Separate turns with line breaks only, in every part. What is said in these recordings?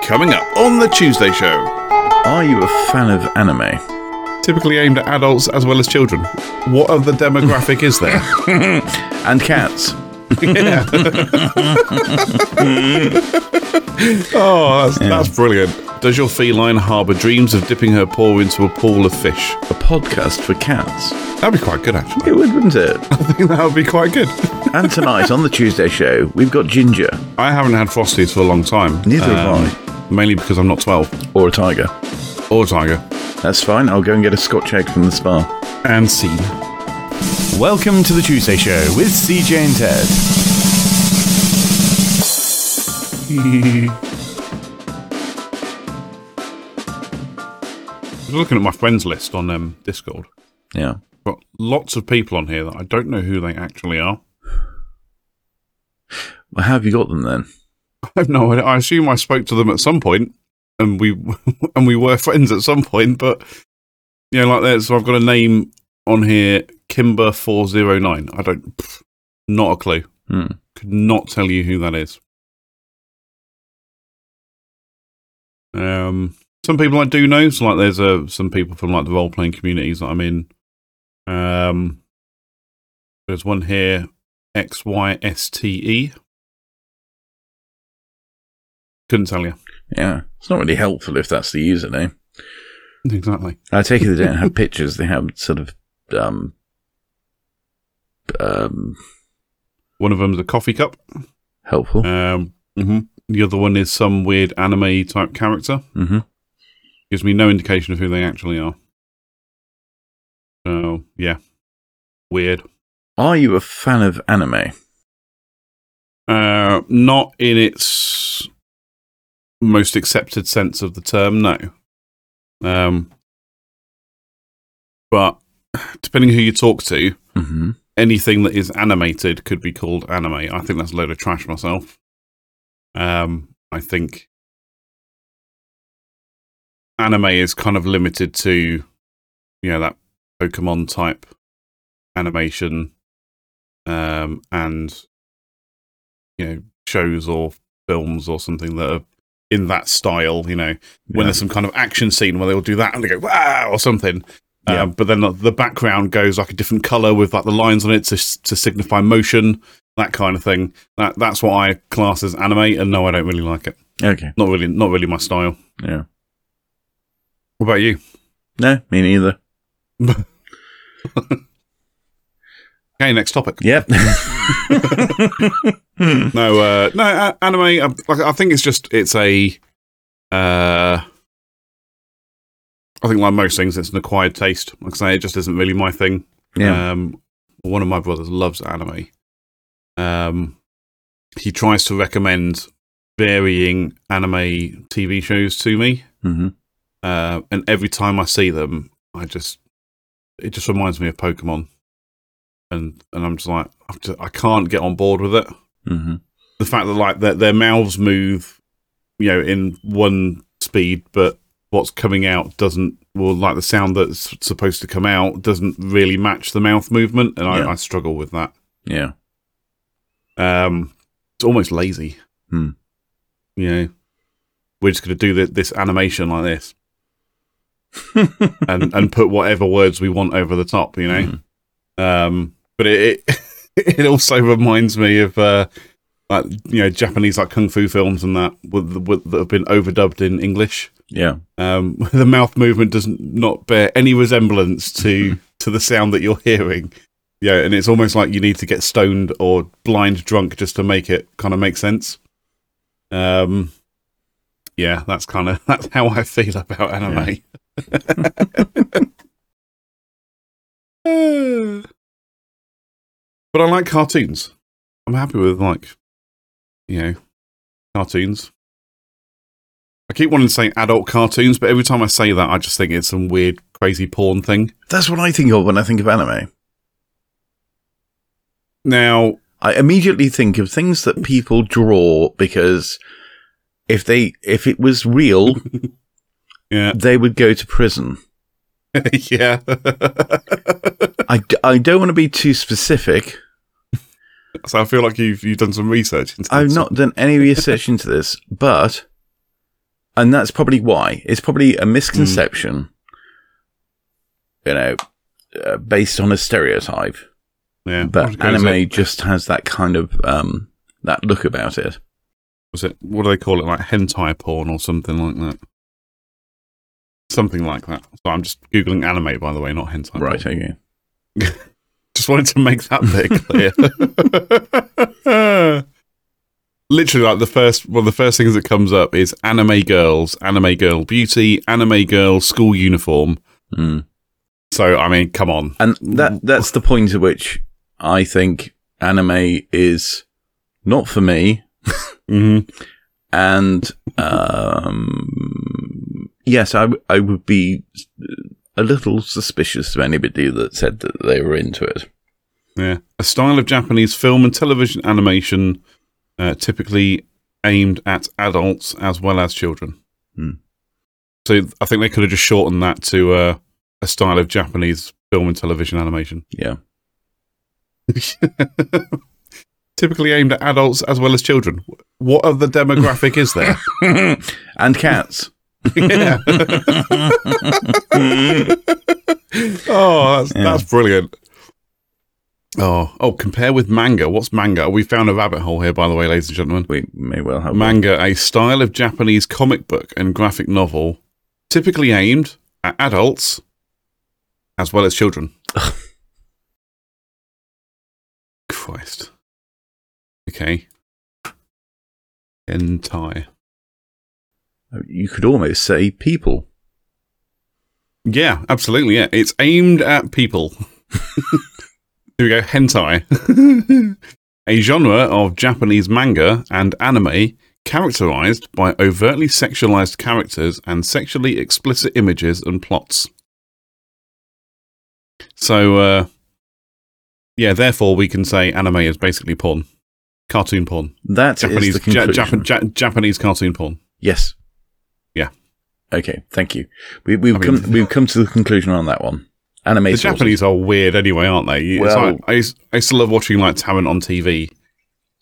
coming up on The Tuesday Show.
Are you a fan of anime?
Typically aimed at adults as well as children. What other demographic is there?
And cats?
Oh, that's, that's brilliant. Does your feline harbour dreams of dipping her paw into a pool of fish?
A podcast for cats?
That'd be quite good, actually.
It would, wouldn't it?
I think that would be quite good.
and tonight on the Tuesday show, we've got Ginger
I haven't had Frosties for a long time.
Neither have
I. Mainly because I'm not 12
or a tiger.
or Tiger.
That's fine. I'll go and get a Scotch egg from the spa.
And seen.
Welcome to the Tuesday Show with CJ and Ted.
I was looking at my friends list on um, Discord.
Yeah.
Got lots of people on here that I don't know who they actually are.
Well, how have you got them then?
I have no idea. I assume I spoke to them at some point, and we and we were friends at some point. But you know, like that. So I've got a name on here, Kimber four zero nine. I don't, pff, not a clue.
Hmm.
Could not tell you who that is. Um, some people I do know. So like, there's uh, some people from like the role playing communities that I'm in. Um, there's one here, X Y S T E. Couldn't tell you.
Yeah. It's not really helpful if that's the username.
Exactly.
I take it they don't have pictures. They have sort of, um, um,
One of them's a coffee cup.
helpful.
Um, mhm. The other one is some weird anime type character.
hmm
Gives me no indication of who they actually are. So yeah, weird.
Are you a fan of anime?
Uh, not in its most accepted sense of the term, no. Um, but depending who you talk to,
hmm
anything that is animated could be called anime. I think that's a load of trash myself. Um, I think anime is kind of limited to, you know, that Pokemon type animation, um, and you know, shows or films or something that are in that style. You know, when
Yeah.
there's some kind of action scene where they'll do that and they go wow or something.
Yeah.
Um, but then the, the background goes like a different color with like the lines on it to, to signify motion, that kind of thing. That that's what I class as anime, and no, I don't really like it.
Okay.
Not really, not really my style.
Yeah.
What about you?
No, me neither.
Okay, next topic.
Yep.
No, uh, no a- anime. I, like, I think it's just it's a. Uh, I think like most things, it's an acquired taste. Like I say, it just isn't really my thing.
yeah.
Um, one of my brothers loves anime. Um, he tries to recommend varying anime TV shows to me,
hmm
uh, and every time I see them, I just it just reminds me of Pokemon, and and I'm just like I've just, I can't get on board with it.
hmm
The fact that like their their mouths move, you know, in one speed, but what's coming out doesn't well like the sound that's supposed to come out doesn't really match the mouth movement and
Yeah.
I, I struggle with that
Yeah.
um, it's almost lazy.
Hmm.
You know, we're just going to do this, this animation like this, and and put whatever words we want over the top. You know, um, but it, it it also reminds me of uh, like you know Japanese like kung fu films and that with, with that have been overdubbed in English.
Yeah.
Um, the mouth movement does not bear any resemblance to to the sound that you're hearing. Yeah, and it's almost like you need to get stoned or blind drunk just to make it kind of make sense. Um, yeah, that's kind of that's how I feel about anime. Uh, but I like cartoons. I'm happy with like, you know, cartoons. I keep wanting to say adult cartoons, but every time I say that, I just think it's some weird, crazy porn thing.
That's what I think of when I think of anime.
Now,
I immediately think of things that people draw because if they if it was real,
yeah,
they would go to prison.
yeah,
I, d- I don't want to be too specific.
so I feel like you've you've done some research into.
I've
this.
not done any research into this, but And that's probably why. It's probably a misconception, you know, uh, based on a stereotype.
Yeah, I was
But
gonna say,
anime just has that kind of um, that look about it.
was it? What do they call it? Like hentai porn or something like that. Something like that. So I'm just googling anime, by the way, not hentai. porn.
right, okay.
Just wanted to make that bit clear. Literally, like the first one of the first things that comes up is anime girls, anime girl beauty, anime girl school uniform.
Mm.
So I mean, come on,
And that that's the point at which I think anime is not for me.
mm-hmm.
And um, yes, I, w- I would be a little suspicious of anybody that said that they were into it.
yeah, a style of Japanese film and television animation, uh, typically aimed at adults as well as children.
Hmm.
So I think they could have just shortened that to uh, a style of Japanese film and television animation.
Yeah.
typically aimed at adults as well as children. What other demographic is there?
and cats.
Yeah. oh, that's,
Yeah.
that's brilliant. Oh, oh, compare with manga. What's manga? We found a rabbit hole here, by the way, ladies and gentlemen.
We may well have.
Manga, a style of Japanese comic book and graphic novel, typically aimed at adults as well as children. Christ. Okay. Hentai.
you could almost say people.
Yeah, absolutely. Yeah, it's aimed at people. Here we go, hentai. a genre of Japanese manga and anime characterized by overtly sexualized characters and sexually explicit images and plots. So, uh, yeah, therefore we can say anime is basically porn, cartoon porn,
That is
Japanese
the
ja-
conclusion.
Japan- ja- Japanese cartoon porn.
yes.
Yeah.
Okay. Thank you. We, we've
I mean-
come. We've come to the conclusion on that one. Anime.
the
sources.
Japanese are weird anyway, aren't they? You- it's
Well-
like- I, used, I used to love watching like Tarrant on TV,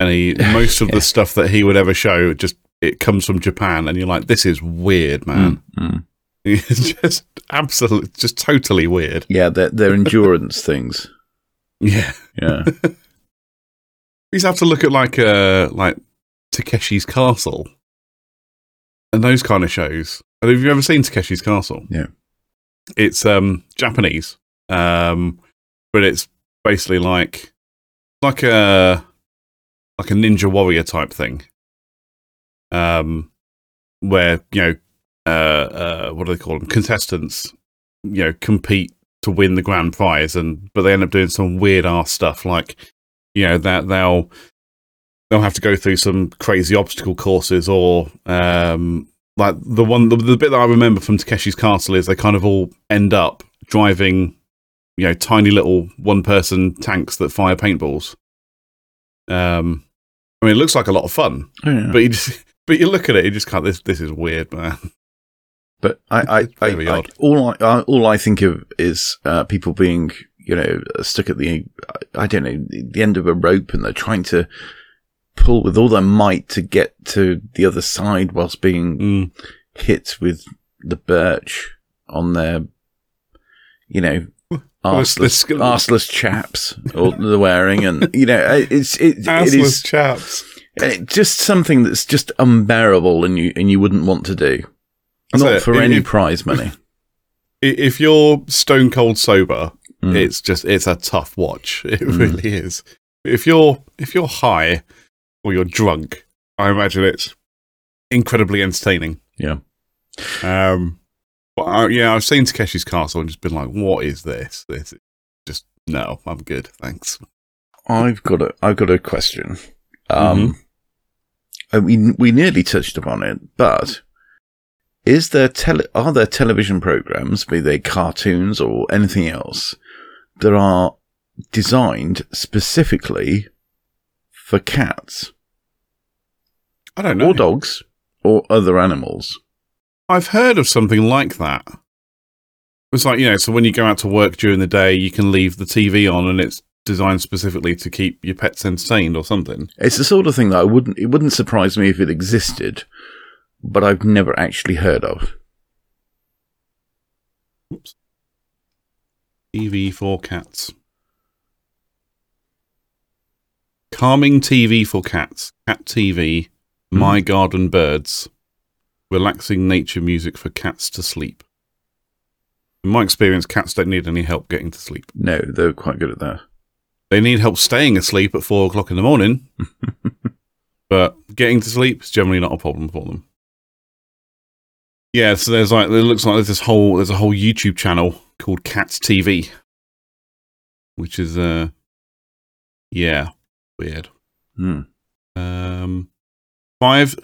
and he most of
Yeah.
the stuff that he would ever show just it comes from Japan, and you're like, this is weird, man.
Mm, mm.
It's just absolutely, just totally weird.
Yeah, they're, they're endurance things.
Yeah,
Yeah.
you just have to look at like uh like Takeshi's Castle and those kind of shows. And have you ever seen Takeshi's Castle?
No.
It's um Japanese. Um but it's basically like like a like a ninja warrior type thing. Um where, you know, uh uh what do they call them? Contestants, you know, compete to win the grand prize and but they end up doing some weird ass stuff like you know that they'll they'll have to go through some crazy obstacle courses or um like the one the, the bit that I remember from Takeshi's Castle is they kind of all end up driving you know tiny little one person tanks that fire paintballs um I mean it looks like a lot of fun
Oh, yeah.
but you just but you look at it you just can't this this is weird man
But I, I,
It's
I,
very
I
odd.
all I, I, all I think of is uh, people being, you know, stuck at the, I I don't know, the the end of a rope, and they're trying to pull with all their might to get to the other side whilst being
Mm.
hit with the birch on their, you know,
Arse- the
arseless,
skill-
arseless chaps or they're wearing, and you know, it- it's it, it
Assless
is
chaps
uh, just something that's just unbearable, and you and you wouldn't want to do.
That's
Not
it.
for
If-
any
if-
prize money.
I- if you're stone cold sober,
Mm.
it's just it's a tough watch. It
Mm.
really is. If you're if you're high or you're drunk, I imagine it's incredibly entertaining.
Yeah.
Um. But I, yeah, I've seen Takeshi's Castle and just been like, "What is this? This is just no. I'm good, thanks."
I've got a I've got a question. Um, and we we nearly touched upon it, but is there tele- are there television programs, be they cartoons or anything else, that are designed specifically for cats
I don't know.
or dogs or other animals?
I've heard of something like that. It's like, you know, so when you go out to work during the day, you can leave the TV on and it's designed specifically to keep your pets entertained or something.
It's the sort of thing that I wouldn't it wouldn't surprise me if it existed, but I've never actually heard of.
TV for E cats. Calming TV for cats. Cat TV. My garden birds. Relaxing nature music for cats to sleep. In my experience, cats don't need any help getting to sleep.
No, they're quite good at that.
They need help staying asleep at four o'clock in the morning, but getting to sleep is generally not a problem for them. Yeah, so there's like it looks like there's this whole there's a whole YouTube channel called Cats TV, which is uh, yeah, weird.
Hmm.
Um, five.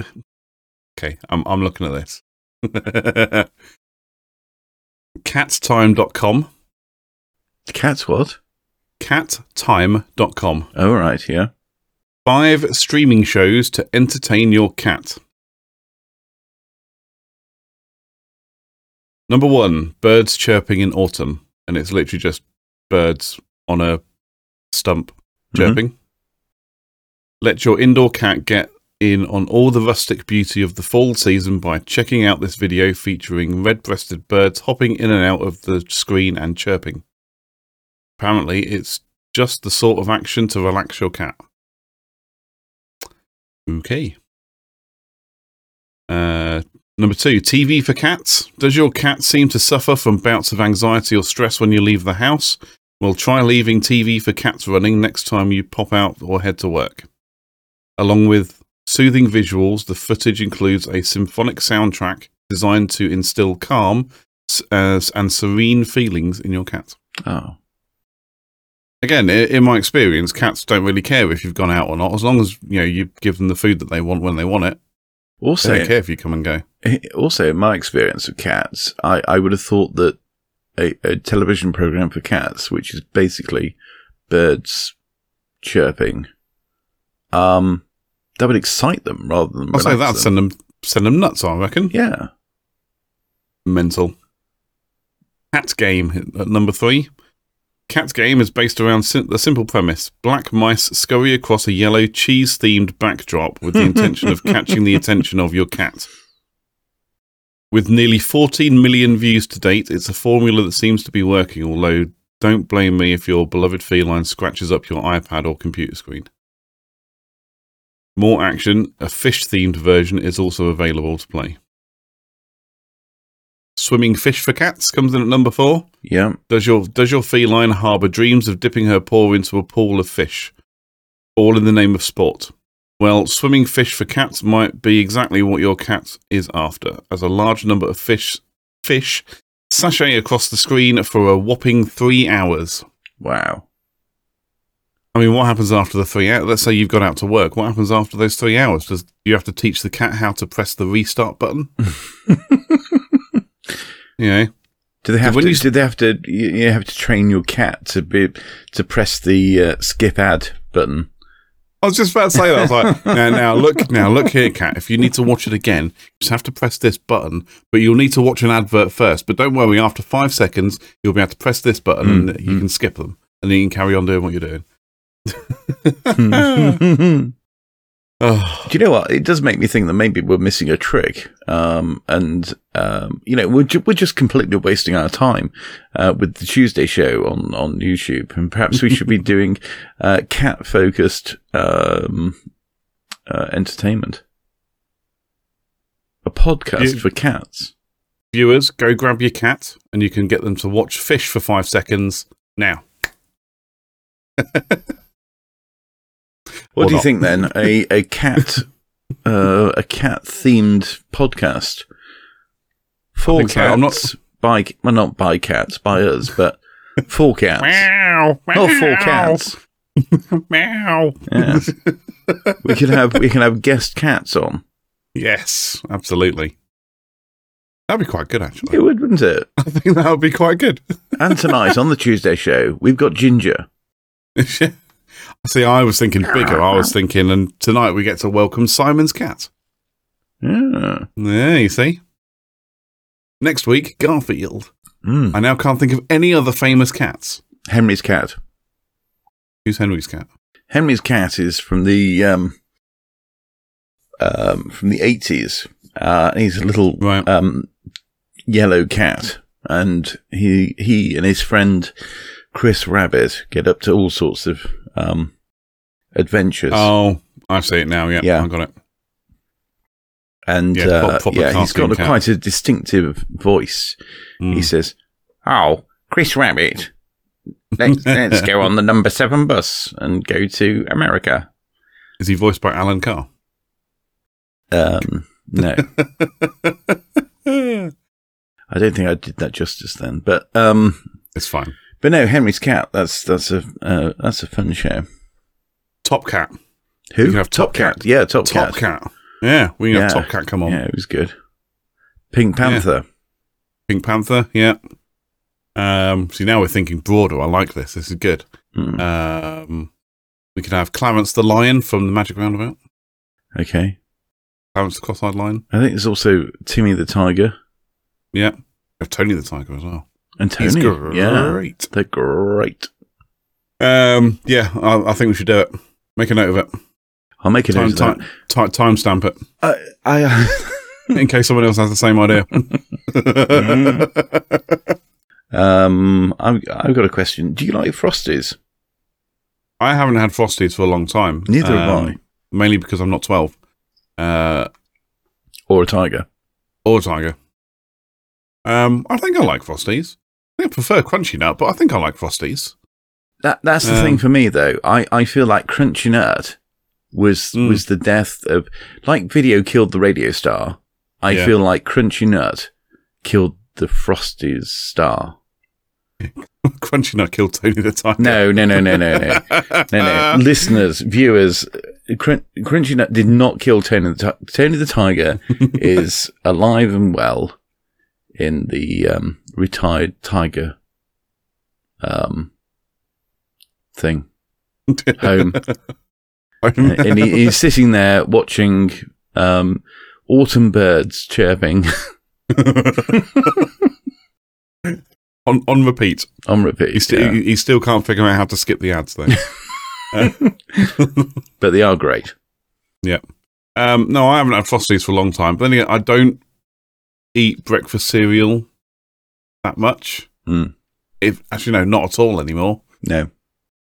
Okay, I'm I'm looking at this. Catstime.com.
Cats what?
Cattime.com.
All right, yeah.
Five streaming shows to entertain your cat. Number one, birds chirping in autumn. And it's literally just birds on a stump chirping. Let your indoor cat get in on all the rustic beauty of the fall season by checking out this video featuring red breasted birds hopping in and out of the screen and chirping. Apparently, it's just the sort of action to relax your cat. Okay. Uh, number two, TV for cats. Does your cat seem to suffer from bouts of anxiety or stress when you leave the house? Well, try leaving TV for cats running next time you pop out or head to work. Along with soothing visuals, the footage includes a symphonic soundtrack designed to instill calm s- uh, and serene feelings in your cat
Oh,
again, i- in my experience, cats don't really care if you've gone out or not, as long as you know you give them the food that they want when they want it. They
also, eh,
don't care if you come and go.
also in my experience of cats, I, I would have thought that a, a television program for cats, which is basically birds chirping, um, that would excite them rather than
I'll say
relax
that send
them.
them send them nuts. I reckon.
yeah.
Mental. Cat's game at number three. Cat's game is based around sim- the simple premise: black mice scurry across a yellow cheese-themed backdrop with the intention of catching the attention of your cat. With nearly 14 million views to date, it's a formula that seems to be working, although don't blame me if your beloved feline scratches up your iPad or computer screen. More action, a fish themed version is also available to play. Swimming Fish for Cats comes in at number four.
Yeah.
Does your does your feline harbour dreams of dipping her paw into a pool of fish, all in the name of sport? Well, swimming fish for cats might be exactly what your cat is after, as a large number of fish fish sashay across the screen for a whopping three hours.
Wow.
I mean, what happens after the three hours? Let's say you've got out to work. What happens after those three hours? Does you have to teach the cat how to press the restart button? you know,
Do they have
when
to?
you-
do they have to? You, you have to train your cat to be to press the uh, skip ad button.
I was just about to say that. I was like, now, now look, now look here, cat. If you need to watch it again, you just have to press this button. But you'll need to watch an advert first. But don't worry, after five seconds, you'll be able to press this button,
Hmm,
and you can skip them, and then you can carry on doing what you're doing.
Do
Oh,
you know what? It does make me think that maybe we're missing a trick, um, and um, you know we're ju- we're just completely wasting our time uh, with the Tuesday show on on YouTube, and perhaps we should be doing uh, cat focused um, uh, entertainment, a podcast
You-
for cats.
viewers, go grab your cat, and you can get them to watch fish for five seconds now.
What
Or
do you
not.
think then? A a cat, uh, a cat themed podcast for
think
cats
so. I'm not-
by well, not by cats by us, but for cats,
Meow,
not for cats.
Meow.
Yeah. we could have we can have guest cats on.
Yes, absolutely. That'd be quite good, actually.
It would, wouldn't it?
I think that would be quite good.
And tonight on the Tuesday show, we've got Ginger.
See, I was thinking bigger. I was thinking, and tonight we get to welcome Simon's cat.
Yeah.
Yeah, you see. Next week, Garfield.
Mm.
I now can't think of any other famous cats.
Henry's cat.
Who's Henry's cat?
Henry's cat is from the um, um, from the eighties. Uh, he's a little
Right.
um, yellow cat, and he he and his friend Chris Rabbit get up to all sorts of um, adventures.
Oh, I see it now. Yeah,
Yeah.
I got it.
and
yeah,
yeah, uh,
pro- proper
yeah he's got
cartoon
a,
cat.
quite a distinctive voice.
Mm.
He says, "Oh, Chris Rabbit, let's, let's go on the number seven bus and go to America."
Hmm. Is he voiced by Alan Carr?
Um, no,
it's
I don't think I did that justice then, but um,
fine.
But no, Henry's cat. That's that's a uh, that's a fun show.
Top Cat.
Who
You can have Top Cat.
Yeah, Top,
Top
Cat.
Cat. Yeah, we can have
Yeah.
Top Cat come on.
Yeah, it was good. Pink Panther.
Pink Panther, yeah. Um, see, now we're thinking broader. I like this. This is good.
Mm,
Um, we could have Clarence the Lion from the Magic Roundabout.
okay,
Clarence the Cross-Eyed Lion.
I think there's also Timmy the Tiger
Yeah. We have Tony the Tiger as well.
and Tony.
He's great.
Yeah, they're great.
Um, yeah, I, I think we should do it. Make a note of it.
I'll make a note
Time,
of that.
time, time, stamp it
I, I,
in case someone else has the same idea.
Mm. um, I've, I've got a question. Do you like Frosties?
I haven't had Frosties for a long time.
Neither have
Um,
I.
Mainly because I'm not 12. Uh,
Or a tiger?
or Tiger. Um, I think I like Frosties. I think I prefer Crunchy Nut, but I think I like Frosties.
That that's the
Um,
thing for me though. I, I feel like Crunchy Nut was
Mm.
was the death of like video killed the radio star. I
Yeah.
feel like Crunchy Nut killed the Frosties star.
Crunchy Nut killed Tony the Tiger.
No, no, no, no, no, no, no,
Uh. Ah.
no. Listeners, viewers, Crun- Crunchy Nut did not kill Tony the Ti- Tony the Tiger is alive and well in the um, retired tiger um, thing home. and he, he's sitting there watching um, autumn birds chirping
on, on repeat.
on
He,
repeat.
sti-
yeah.
he, he still can't figure out how to skip the ads, though.
But they are great.
Um, no, I haven't had Frosties for a long time. But then again, I don't eat breakfast cereal that much.
Mm.
If actually, no, not at all anymore.
No,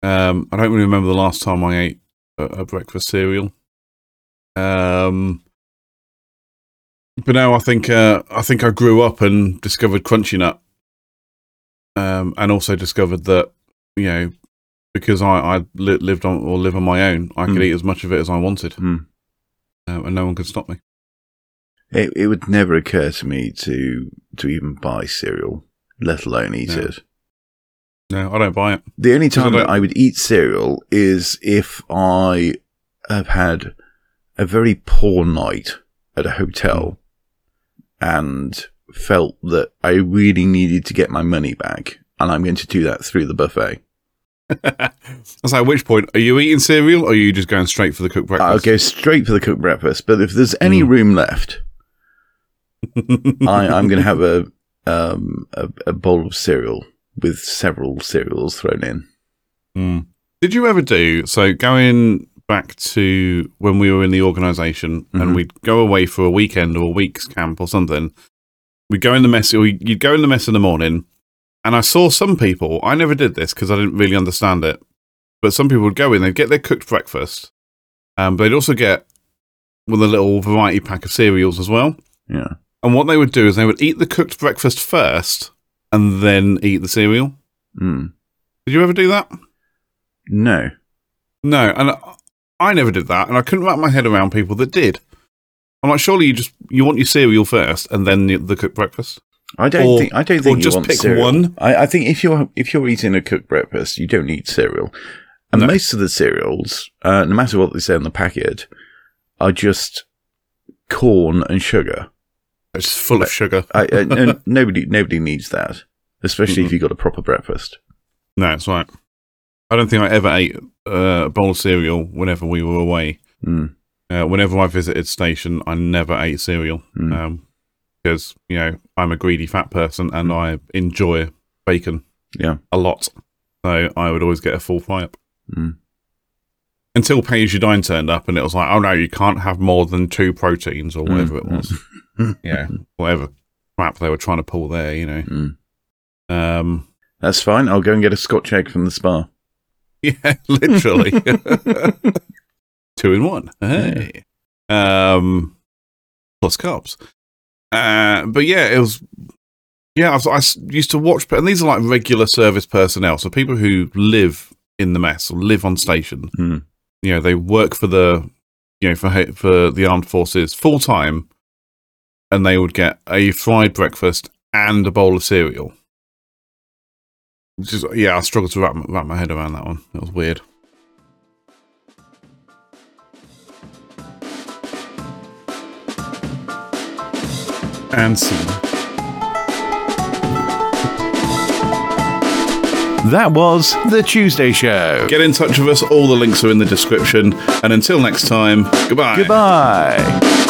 Um, I don't really remember the last time I ate a, a breakfast cereal. Um, but now I think uh, I think I grew up and discovered Crunchy Nut, um, and also discovered that you know because I, I li- lived on or live on my own, I could
Mm.
eat as much of it as I wanted,
Mm.
um, and no one could stop me.
it, it would never occur to me to to even buy cereal, let alone eat
No.
it.
No, I don't buy it.
The only
Because I
time that
don't-
I would eat cereal is if I have had a very poor night at a hotel Hmm. and felt that I really needed to get my money back, and I'm going to do that through the buffet.
That's at which point are you eating cereal or are you just going straight for the cooked
I'll
breakfast?
go straight for the cooked breakfast. But if there's any
Mm.
room left, I, I'm going to have a, um, a a bowl of cereal with several cereals thrown in.
Mm. Did you ever do so? Going back to when we were in the organization
Mhm.
and we'd go away for a weekend or a week's camp or something, we'd go in the mess, or you'd go in the mess in the morning. And I saw some people, I never did this because I didn't really understand it, but some people would go in, they'd get their cooked breakfast, um, but they'd also get with a little variety pack of cereals as well.
Yeah.
And what they would do is they would eat the cooked breakfast first and then eat the cereal.
Mm.
Did you ever do that?
No.
No, and I- I never did that, and I couldn't wrap my head around people that did. I'm like, surely you just you want your cereal first, and then the, the cooked breakfast.
I don't
Or-
think I don't
or
think you
just
want
pick
cereal.
one.
I, I think if you're if you're eating a cooked breakfast, you don't need cereal. And most of the cereals, uh, no matter what they say on the packet, are just corn and sugar.
It's just full of sugar.
I, and, and nobody nobody needs that, especially if you got a proper breakfast.
No, it's right. I don't think I ever ate uh, a bowl of cereal whenever we were away.
Mm.
Uh, whenever I visited station, I never ate cereal
Mm.
because Um, you know I'm a greedy fat person and I enjoy bacon
Mm. Yeah.
a lot, so I would always get a full fry up.
Mm. Mm.
until Pay As You Dine turned up, and it was like, oh no, you can't have more than two proteins or whatever it was. you know, whatever crap they were trying to pull there, you know.
Mm.
Um,
That's fine. I'll go and get a Scotch egg from the spa.
Yeah, literally. Two in one. Hey. Um, plus carbs. Uh, but yeah, it was. Yeah, I, was, I s- used to watch, and these are like regular service personnel, so people who live in the mess or live on station.
Hmm.
You know, they work for the, you know, for ho- for the armed forces full time, and they would get a fried breakfast and a bowl of cereal. Which is yeah, I struggled to wrap, m- wrap my head around that one. That was weird. And scene.
That was The Tuesday Show.
Get in touch with us. All the links are in the description. And until next time, goodbye.
Goodbye.